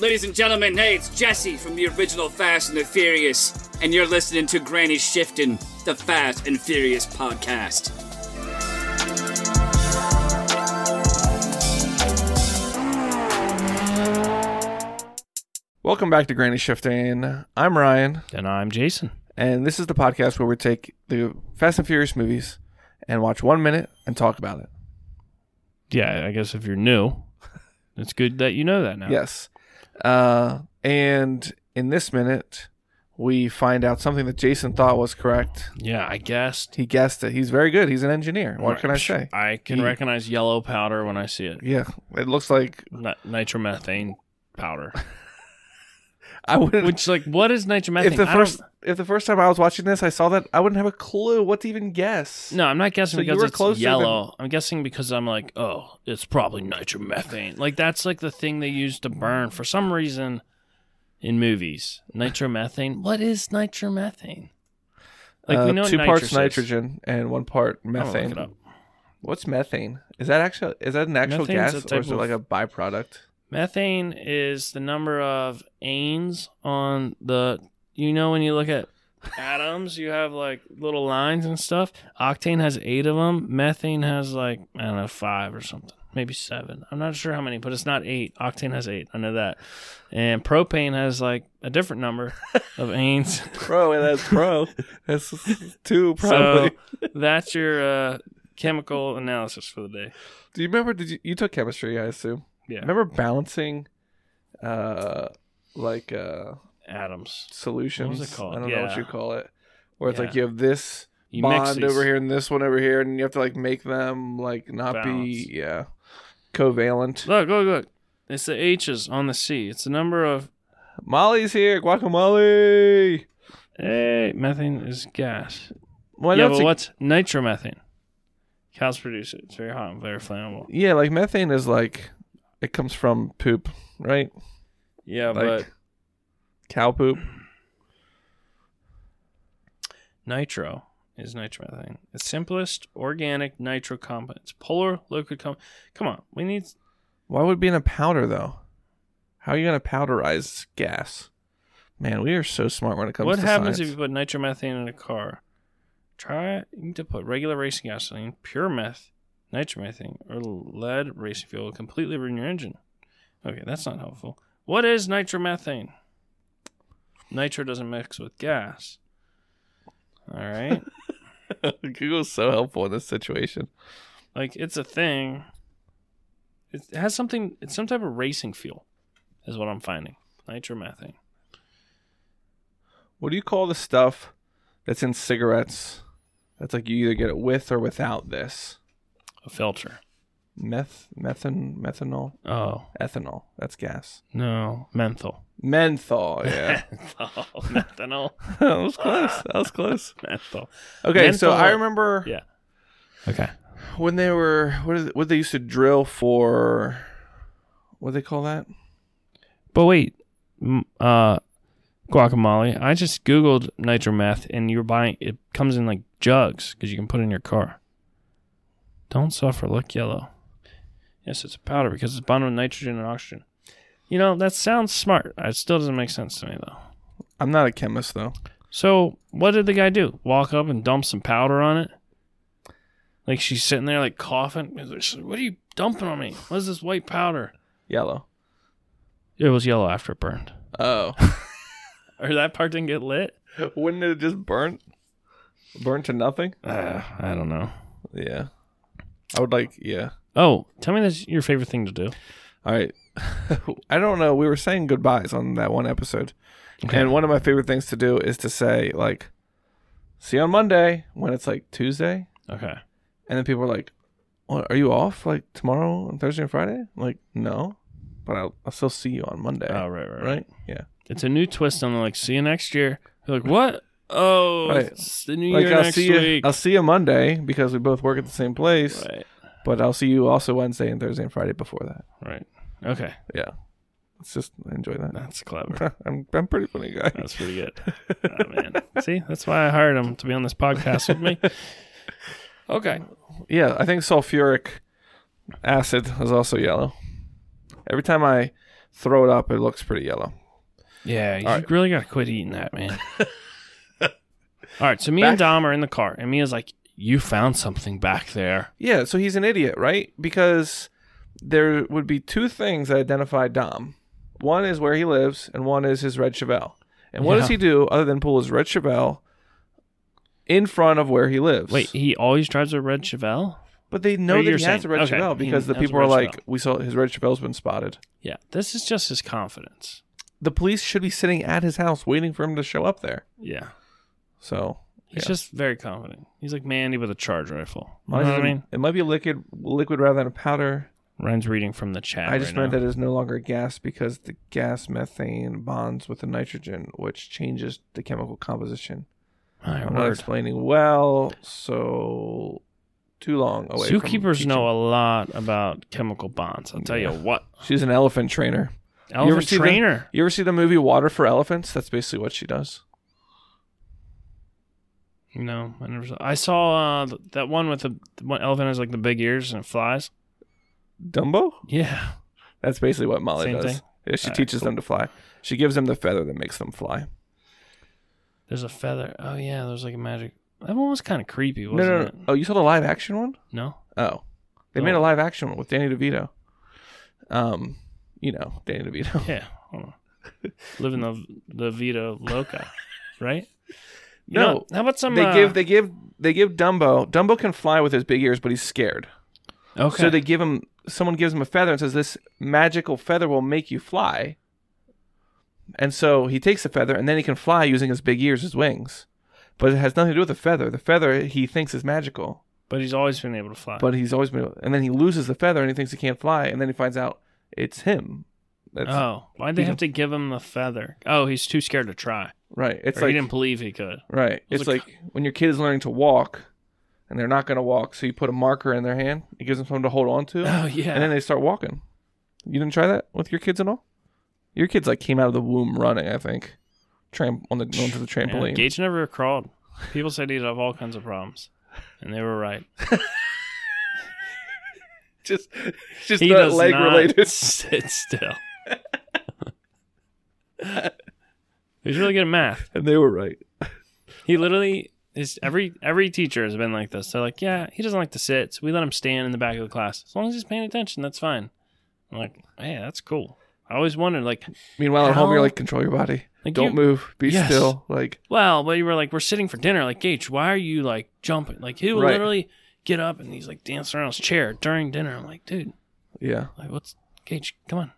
Ladies and gentlemen, hey, it's Jesse from the original Fast and the Furious, and you're listening to Granny Shifting, the Fast and Furious podcast. Welcome back to Granny Shifting. I'm Ryan, And I'm Jason. and this is the podcast where we take the Fast and Furious movies and watch one minute and talk about it. Yeah, I guess if you're new, it's good that you know that now. Yes. Uh, and in this minute, we find out something that Jason thought was correct. Yeah, I guessed. He guessed it. He's very good. He's an engineer. What can I say? I can He- recognize yellow powder when I see it. Yeah, it looks like Ni- nitromethane powder. I wouldn't. Which, like, what is nitromethane? if the I don't- first if the first time I was watching this, I saw that, I wouldn't have a clue what to even guess. No, I'm not guessing So you because were it's closer yellow. I'm guessing because I'm like, oh, it's probably nitromethane. Like that's like the thing they use to burn for some reason in movies. Nitromethane. What is nitromethane? Like Uh, we know what two parts nitrous is. nitrogen and one part I'm gonna look methane. it up. What's methane? Is that actually is that an actual Methane's a gas or type is it of- like a byproduct? Methane is the number of anes on the. You know when you look at atoms, you have like little lines and stuff. Octane has eight of them. Methane has like I don't know five or something, maybe seven. I'm not sure how many, but it's not eight. Octane has eight. I know that. And propane has like a different number of anes. Pro, and that's pro. that's two probably. So that's your uh, chemical analysis for the day. Do you remember? Did you, you took chemistry? I assume. Yeah. Remember balancing, uh, like uh Atoms. solutions. called? I don't know what Yeah. you call it. Where it's like Yeah. you have this You mix bond these. over here and this one over here, and you have to like make them like not Balance. be yeah covalent. Look, look, look. It's the H's on the C. It's the number of Molly's here, guacamole. hey, Uh, methane is gas. Well, yeah, that's but a- what's nitromethane? Cows produce it. It's very hot and very flammable. Yeah, like methane is like it comes from poop, right? Yeah, Like- Cow poop. but nitro is nitromethane. It's simplest organic nitro compound. It's polar liquid compound. Come on, we need. Why would it be in a powder though? How are you gonna powderize gas? Man, we are so smart when it comes what to happens if science. you put nitromethane in a car? Try to put regular racing gasoline, pure meth, nitromethane, or lead racing fuel. It'll completely ruin your engine. Okay, that's not helpful. What is nitromethane? Nitro doesn't mix with gas. All right, Google's so helpful in this situation. like it's a thing. It it has something. It's some type of racing fuel, is what I'm finding. Nitromethane. What do you call the stuff that's in cigarettes? That's like you either get it with or without this. A filter. Meth methan methanol? Oh Ethanol. That's gas. no, menthol. Menthol, yeah. Menthol. Oh, Methanol. that was close. That was close. Menthol. Okay, so Menthol. I remember Yeah. Okay. when they were what is it, what they used to drill for what do they call that But wait, m- uh, guacamole. I just googled nitrometh, and you're buying. It comes in like jugs because you can put it in your car. Don't suffer. Look yellow. Yes, it's a powder because it's bonded with nitrogen and oxygen. You know that sounds smart. It still doesn't make sense to me though. i'm not a chemist though So what did the guy do? Walk up and dump some powder on it? Like she's sitting there like coughing. She's like, What are you dumping on me? What is this white powder? yellow It was yellow after it burned. oh Or that part didn't get lit? wouldn't it just burn burn to nothing Uh, I don't know. yeah i would like yeah Oh, tell me that's your favorite thing to do. all right i don't know we were saying goodbyes on that one episode and one of my favorite things to do is to say like see you on monday when it's like tuesday Okay. and then people are like what, are you off like tomorrow and thursday and friday I'm like no but I'll, I'll still see you on monday Oh, right, right, right. right yeah It's a new twist on the like, see you next year. You're like, what? Oh, Right. it's the new like year I'll next see you. week. I'll see you Monday because we both work at the same place. right, But I'll see you also Wednesday and Thursday and Friday before that. right. Okay. Yeah, let's just enjoy that. That's clever. I'm I'm pretty funny guy. That's pretty good. Oh, man. See, that's why I hired him to be on this podcast with me. Okay. Yeah, I think sulfuric acid is also yellow. Every time I throw it up. It looks pretty yellow. Yeah, you All right. really got to quit eating that, man. All right, so me and Dom are in the car, and Mia's like, "You found something back there." Yeah, so he's an idiot, right? Because there would be two things that identify Dom. One is where he lives, and one is his red Chevelle. And what does Yeah. he do other than pull his red Chevelle in front of where he lives? Wait, he always drives a red Chevelle. but they Oh, know that you're he saying- has a red okay, Chevelle he because the has a people red are like, Chevelle. we saw his red Chevelle's been spotted. Yeah, this is just his confidence. The police should be sitting at his house waiting for him to show up there. Yeah, So he's Yeah. just very confident. He's like Mandy with a charge rifle. You know might what as I well- mean? it might be a liquid, liquid rather than a powder. Ryan's reading from the chat. I just right meant now. that it is no longer gas because the gas methane bonds with the nitrogen, which changes the chemical composition. My I'm not word. explaining well, so too long away. from Zookeepers teaching. know a lot about chemical bonds. I'll tell you what. She's an elephant trainer. Elephant see the- trainer. You ever see the movie Water for Elephants? That's basically what she does. No, I never saw. I saw uh, th- that one with the, the one elephant has like the big ears and it flies. Dumbo? Yeah. That's basically what Molly Same does. thing? Yeah, she Alright, teaches them to fly. She gives them the feather that makes them fly. There's a feather. Oh yeah, there's like a magic. That one was kind of creepy, No, wasn't no, no. it? Oh, you saw the live action one? No. Oh, they No. made a live action one with Danny DeVito. Um, you know Danny DeVito. Yeah. Hold on. Living the the Vita Loca, right? You No, know, how about some? they uh, give they give they give Dumbo. Dumbo can fly with his big ears, but he's scared. okay. So they give him someone gives him a feather and says this magical feather will make you fly. And so he takes the feather and then he can fly using his big ears, his wings. But it has nothing to do with the feather. The feather he thinks is magical, but he's always been able to fly. but he's always been. And then he loses the feather and he thinks he can't fly. And then he finds out it's him. That's oh, why'd they he's have a- to give him the feather? Oh, he's too scared to try. right. It's or like he didn't believe he could. right. was It's like- like when your kid is learning to walk, and they're not going to walk. So you put a marker in their hand. It gives them something to hold on to. Oh yeah. and then they start walking. You didn't try that with your kids at all? Your kids like came out of the womb running, I think, tram on the onto the Yeah, trampoline. Gage never crawled. People said he'd have all kinds of problems, and they were right. just, just he not does leg not related. sit still. He's really good at math. And they were right. He literally is every every teacher has been like this. They're like, yeah, he doesn't like to sit, so we let him stand in the back of the class as long as he's paying attention. That's fine. I'm like, hey, that's cool. I always wondered, like, Meanwhile, at home How- you're like, control your body, like don't you- move, be Yes. still. Like, Well, but you were like, we're sitting for dinner. Like, Gage, why are you like jumping? Like, he will Right. literally get up and he's like dancing around his chair during dinner. I'm like, dude, yeah, like what's Gage? Come on.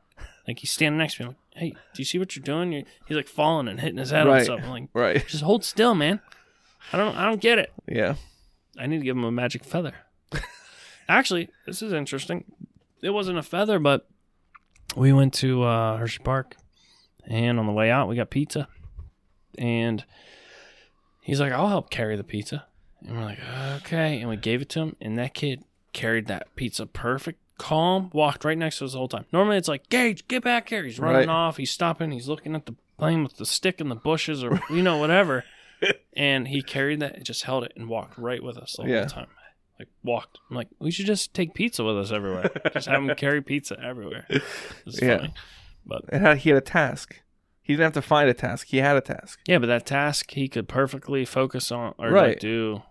Like he's standing next to me. I'm like, hey, do you see what you're doing? You're, he's like falling and hitting his head on Right. something. I'm like, right, just hold still, man. I don't, I don't get it. yeah. I need to give him a magic feather. Actually, this is interesting. It wasn't a feather, but we went to uh, Hershey Park, and on the way out, we got pizza. And he's like, I'll help carry the pizza. And we're like, okay. And we gave it to him, and that kid carried that pizza perfect, calm, walked right next to us the whole time. Normally, it's like, Gage, get back here. He's Right. running off, he's stopping, he's looking at the playing with the stick in the bushes or, you know, whatever. And he carried that, and just held it, and walked right with us the whole Yeah. time. Like walked. I'm like, we should just take pizza with us everywhere. just have him carry pizza everywhere. It was Yeah. funny. And had, he had a task. He didn't have to find a task. He had a task. Yeah, but that task he could perfectly focus on or like Right. do.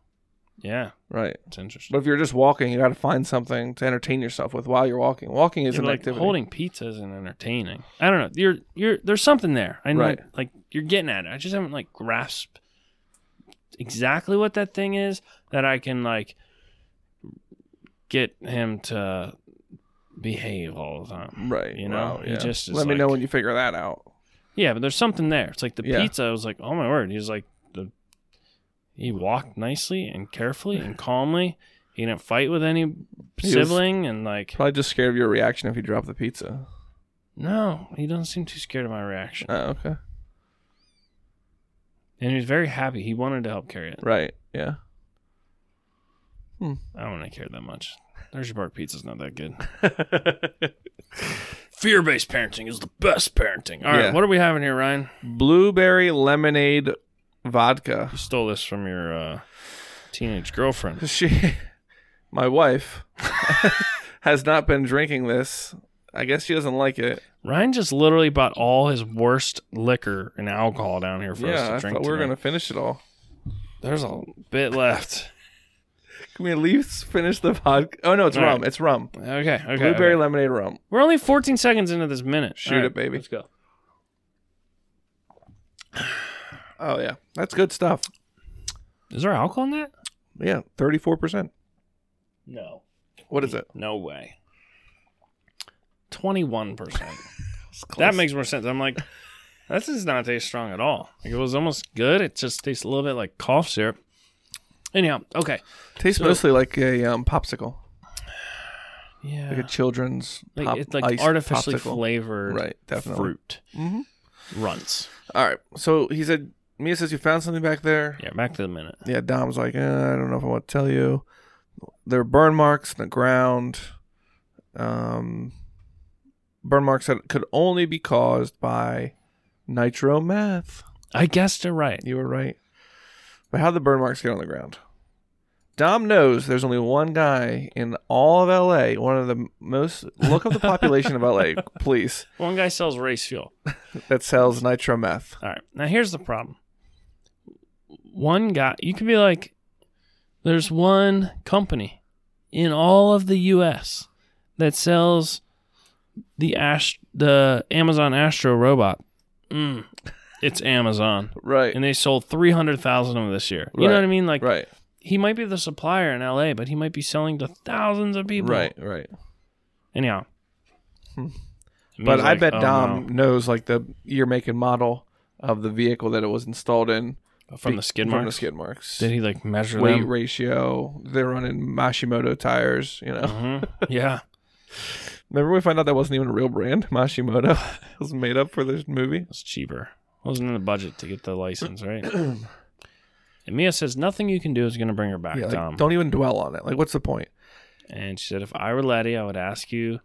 Yeah, Right. it's interesting. But if you're just walking, you got to find something to entertain yourself with while you're walking. Walking is Yeah, an but, like activity. holding pizza isn't entertaining. I don't know. You're you're there's something there. I know Right. like you're getting at it. I just haven't like grasped exactly what that thing is that I can like get him to behave all the time. Right. You know, wow, it yeah. just is Let me know like- when you figure that out. Yeah, but there's something there. It's like the Yeah. pizza. I was like, oh my word. He was like the he walked nicely and carefully and calmly. He didn't fight with any was- sibling and like Probably just scared of your reaction if you drop the pizza. no, he doesn't seem too scared of my reaction. Oh, okay. And he was very happy. He wanted to help carry it. Right. Yeah. I don't really care that much. Hershey Park pizza's not that good. Fear based parenting is the best parenting. All right, Yeah. what are we having here, Ryan? Blueberry lemonade vodka. You stole this from your uh, teenage girlfriend. She, my wife, has not been drinking this. I guess she doesn't like it. Ryan just literally bought all his worst liquor and alcohol down here for us yeah, to I drink. thought we were tonight. gonna finish it all. There's a bit left. Can we at least finish the vodka? Oh no, it's All rum. right. It's rum. Okay, okay. Blueberry okay. lemonade rum. We're only 14 seconds into this minute. Shoot All it, baby. Let's go. Oh yeah, that's good stuff. Is there alcohol in that? Yeah, thirty-four percent. No. What is it? No way. 21%. that makes more sense. I'm like, this does not taste strong at all. Like, it was almost good. It just tastes a little bit like cough syrup. Anyhow, okay. tastes so- mostly like a um, popsicle, Yeah. like a children's Like, pop, it's like iced artificially popsicle. flavored Right, definitely. fruit. Mhm. Runts. All right. So he said, Mia says you found something back there. Yeah, back to the minute. Yeah, Dom's like, eh, I don't know if I want to tell you. There are burn marks in the ground. Um, burn marks that could only be caused by nitro meth. I guessed it right. You were right. But how the burn marks get on the ground? Dom knows there's only one guy in all of LA, one of the most look up the population of LA police One guy sells race fuel. that sells nitro meth. All right. Now here's the problem. One guy, you could be like, there's one company in all of the U.S. that sells the Ash, the Amazon Astro robot. Mm, it's Amazon, Right. and they sold three hundred thousand of them this year. You Right. know what I mean? Like, right. he might be the supplier in L.A., but he might be selling to thousands of people. Right. Right. Anyhow. It But means I like, bet oh, Dom knows like the year, make, and model of the vehicle that it was installed in no. from Be- the skid From the marks. skid marks. Did he like measure Weight them? ratio. They're running Mashimoto tires. You know. Mhm. Yeah. Remember we found out that wasn't even a real brand. Mashimoto it was made up for this movie. It's cheaper. Wasn't in the budget to get the license, right? and Mia says nothing you can do is going to bring her back, Yeah, like, Dom. don't even dwell on it. Like, what's the point? And she said, if I were Letty, I would ask you.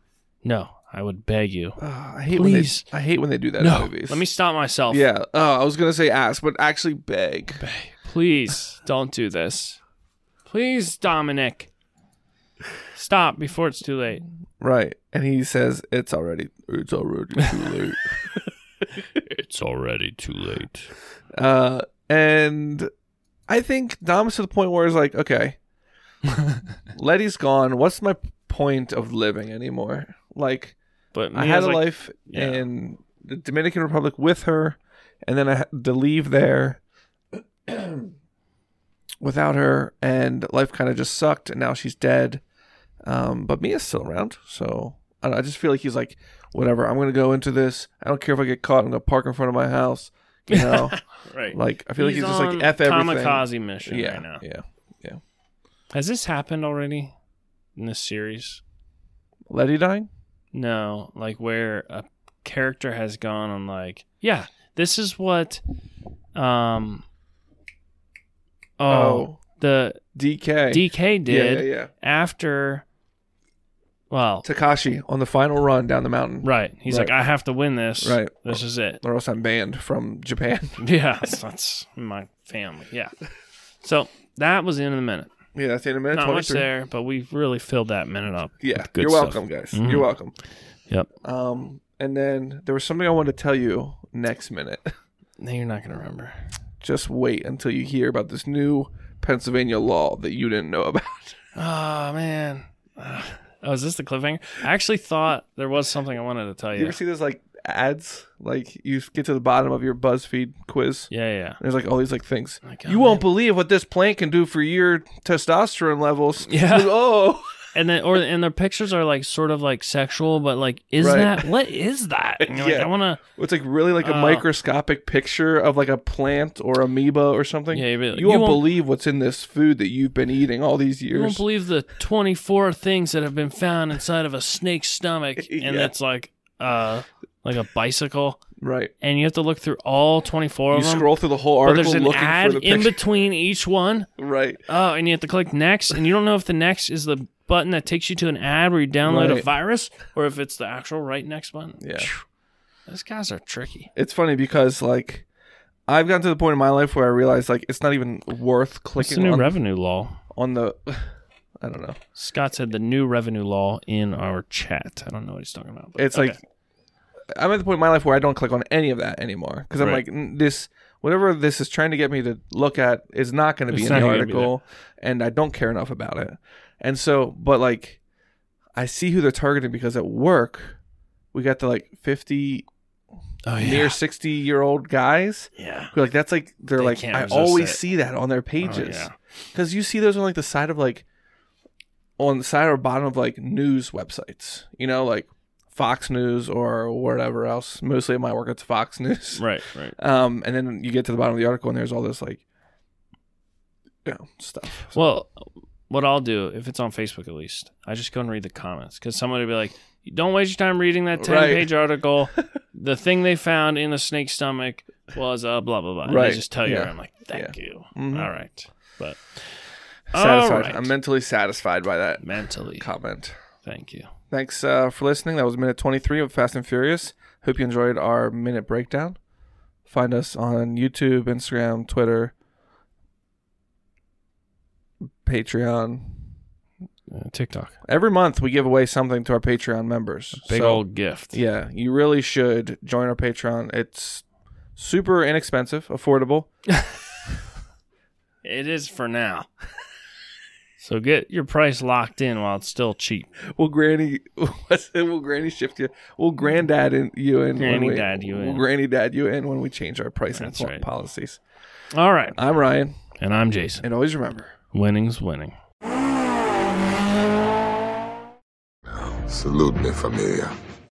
No, I would beg you. Ah, I hate when they, Please. I hate when they do that in No, movies. let me stop myself. Yeah. Oh, I was gonna say ask, but actually beg. Please don't do this. Please, Dominic. Stop before it's too late. Right. And he says it's already it's already too late. It's already too late. Uh, and I think Dom's to the point where it's like, okay, Letty's gone. What's my point of living anymore? Like, But I had Mia's a like, life yeah. in the Dominican Republic with her, and then I had to leave there without her, and life kind of just sucked. And now she's dead. Um, but Mia's still around, so I, don't- I just feel like he's like, whatever. I'm gonna go into this. I don't care if I get caught. I'm gonna park in front of my house. You know. right. Like I feel like he's just on like f everything. kamikaze mission yeah, right now. yeah. Has this happened already in this series? Letty dying. No, like where a character has gone on like, yeah, this is what um oh, the DK. DK did Yeah, yeah. yeah. after well, Takashi on the final run down the mountain. right. He's Right. like I have to win this. Right. This is it. Or else I'm banned from Japan. Yeah, that's, that's my family. Yeah. So, that was the end of the minute. yeah, that's the end of minute Not much 23. there, but we really filled that minute up. Yeah, Good you're stuff. welcome, guys. Mhm. You're welcome. Yep. Um, and then there was something I wanted to tell you next minute. Now you're not going to remember. Just wait until you hear about this new Pennsylvania law that you didn't know about. Ah, Oh man. Oh, is this the cliffhanger? I actually thought there was something I wanted to tell You you. ever see those like ads? Like you get to the bottom of your BuzzFeed quiz. Yeah, yeah. There's like all these like things. Like, you oh, won't believe what this plant can do for your testosterone levels. Yeah. oh. And then, or and their pictures are like sort of like sexual, but like, is Right. that what is that? And you're like, Yeah. I want It's like really like a Oh. microscopic picture of like a plant or amoeba or to. something. Yeah, you'd be like, You, won't, believe what's in this food that you've been eating all these You won't years. believe the 24 things that have been found inside of a snake's stomach, and Yeah. it's like, uh, like a bicycle, right. and you have to look through all 24 You of them. scroll through the whole but article there's an looking ad for the in picture. between each one. right. Oh, and you have to click next, and you don't know if the next is the button that takes you to an ad where you download a Right. virus, or if it's the actual right next button. Yeah. Phew. those guys are tricky. It's funny because like I've gotten to the point in my life where I realize like it's not even worth What's the clicking new on, revenue law? on the I don't know. Scott said the new revenue law in our chat. I don't know what he's talking about. but- It's okay. like I'm at the point in my life where I don't click on any of that anymore because I'm Right. like "N- this. Whatever this is trying to get me to look at is not going to be It's in the not gonna be article, and I don't care enough about it. And so, but like, I see who they're targeting because at work, we got the like 50 Oh near 60 year old guys. yeah. who, Like that's like they're They like can't I resist always it. Oh, see that on their pages yeah. because you see those on like the side of like on the side or bottom of like news websites you know like fox news or whatever else mostly at my work it's fox news Right, right. um and then you get to the bottom of the article and there's all this like you know stuff Well, what I'll do if it's on Facebook at least, I just go and read the comments because somebody will be like, "Don't waste your time reading that Right. ten-page article. the thing they found in the snake's stomach was a blah blah blah." And Right. they just tell you, Yeah. I'm like, "Thank you." Mhm. All right, but satisfied All right. i'm mentally satisfied by that mentally. comment Thank you. thanks uh, for listening that was minute 23 of fast and furious hope you enjoyed our minute breakdown find us on youtube instagram twitter patreon Uh, TikTok, every month we give away something to our patreon members big So, old gift. yeah you really should join our patreon it's super inexpensive affordable It is for now. so get your price locked in while it's still cheap. will granny what's it? will granny shift you will granddad in, you in Granny when we, dad you will in. granny dad you in when we change our pricing That's pol- right. policies All right, i'm ryan and I'm Jason. And always remember. Winning's winning. Salute me, familia.